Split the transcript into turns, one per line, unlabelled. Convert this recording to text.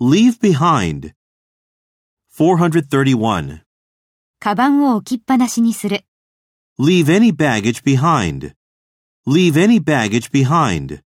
Leave behind. 431.
カバンを置きっぱなしにする。
Leave any baggage behind. Leave any baggage behind.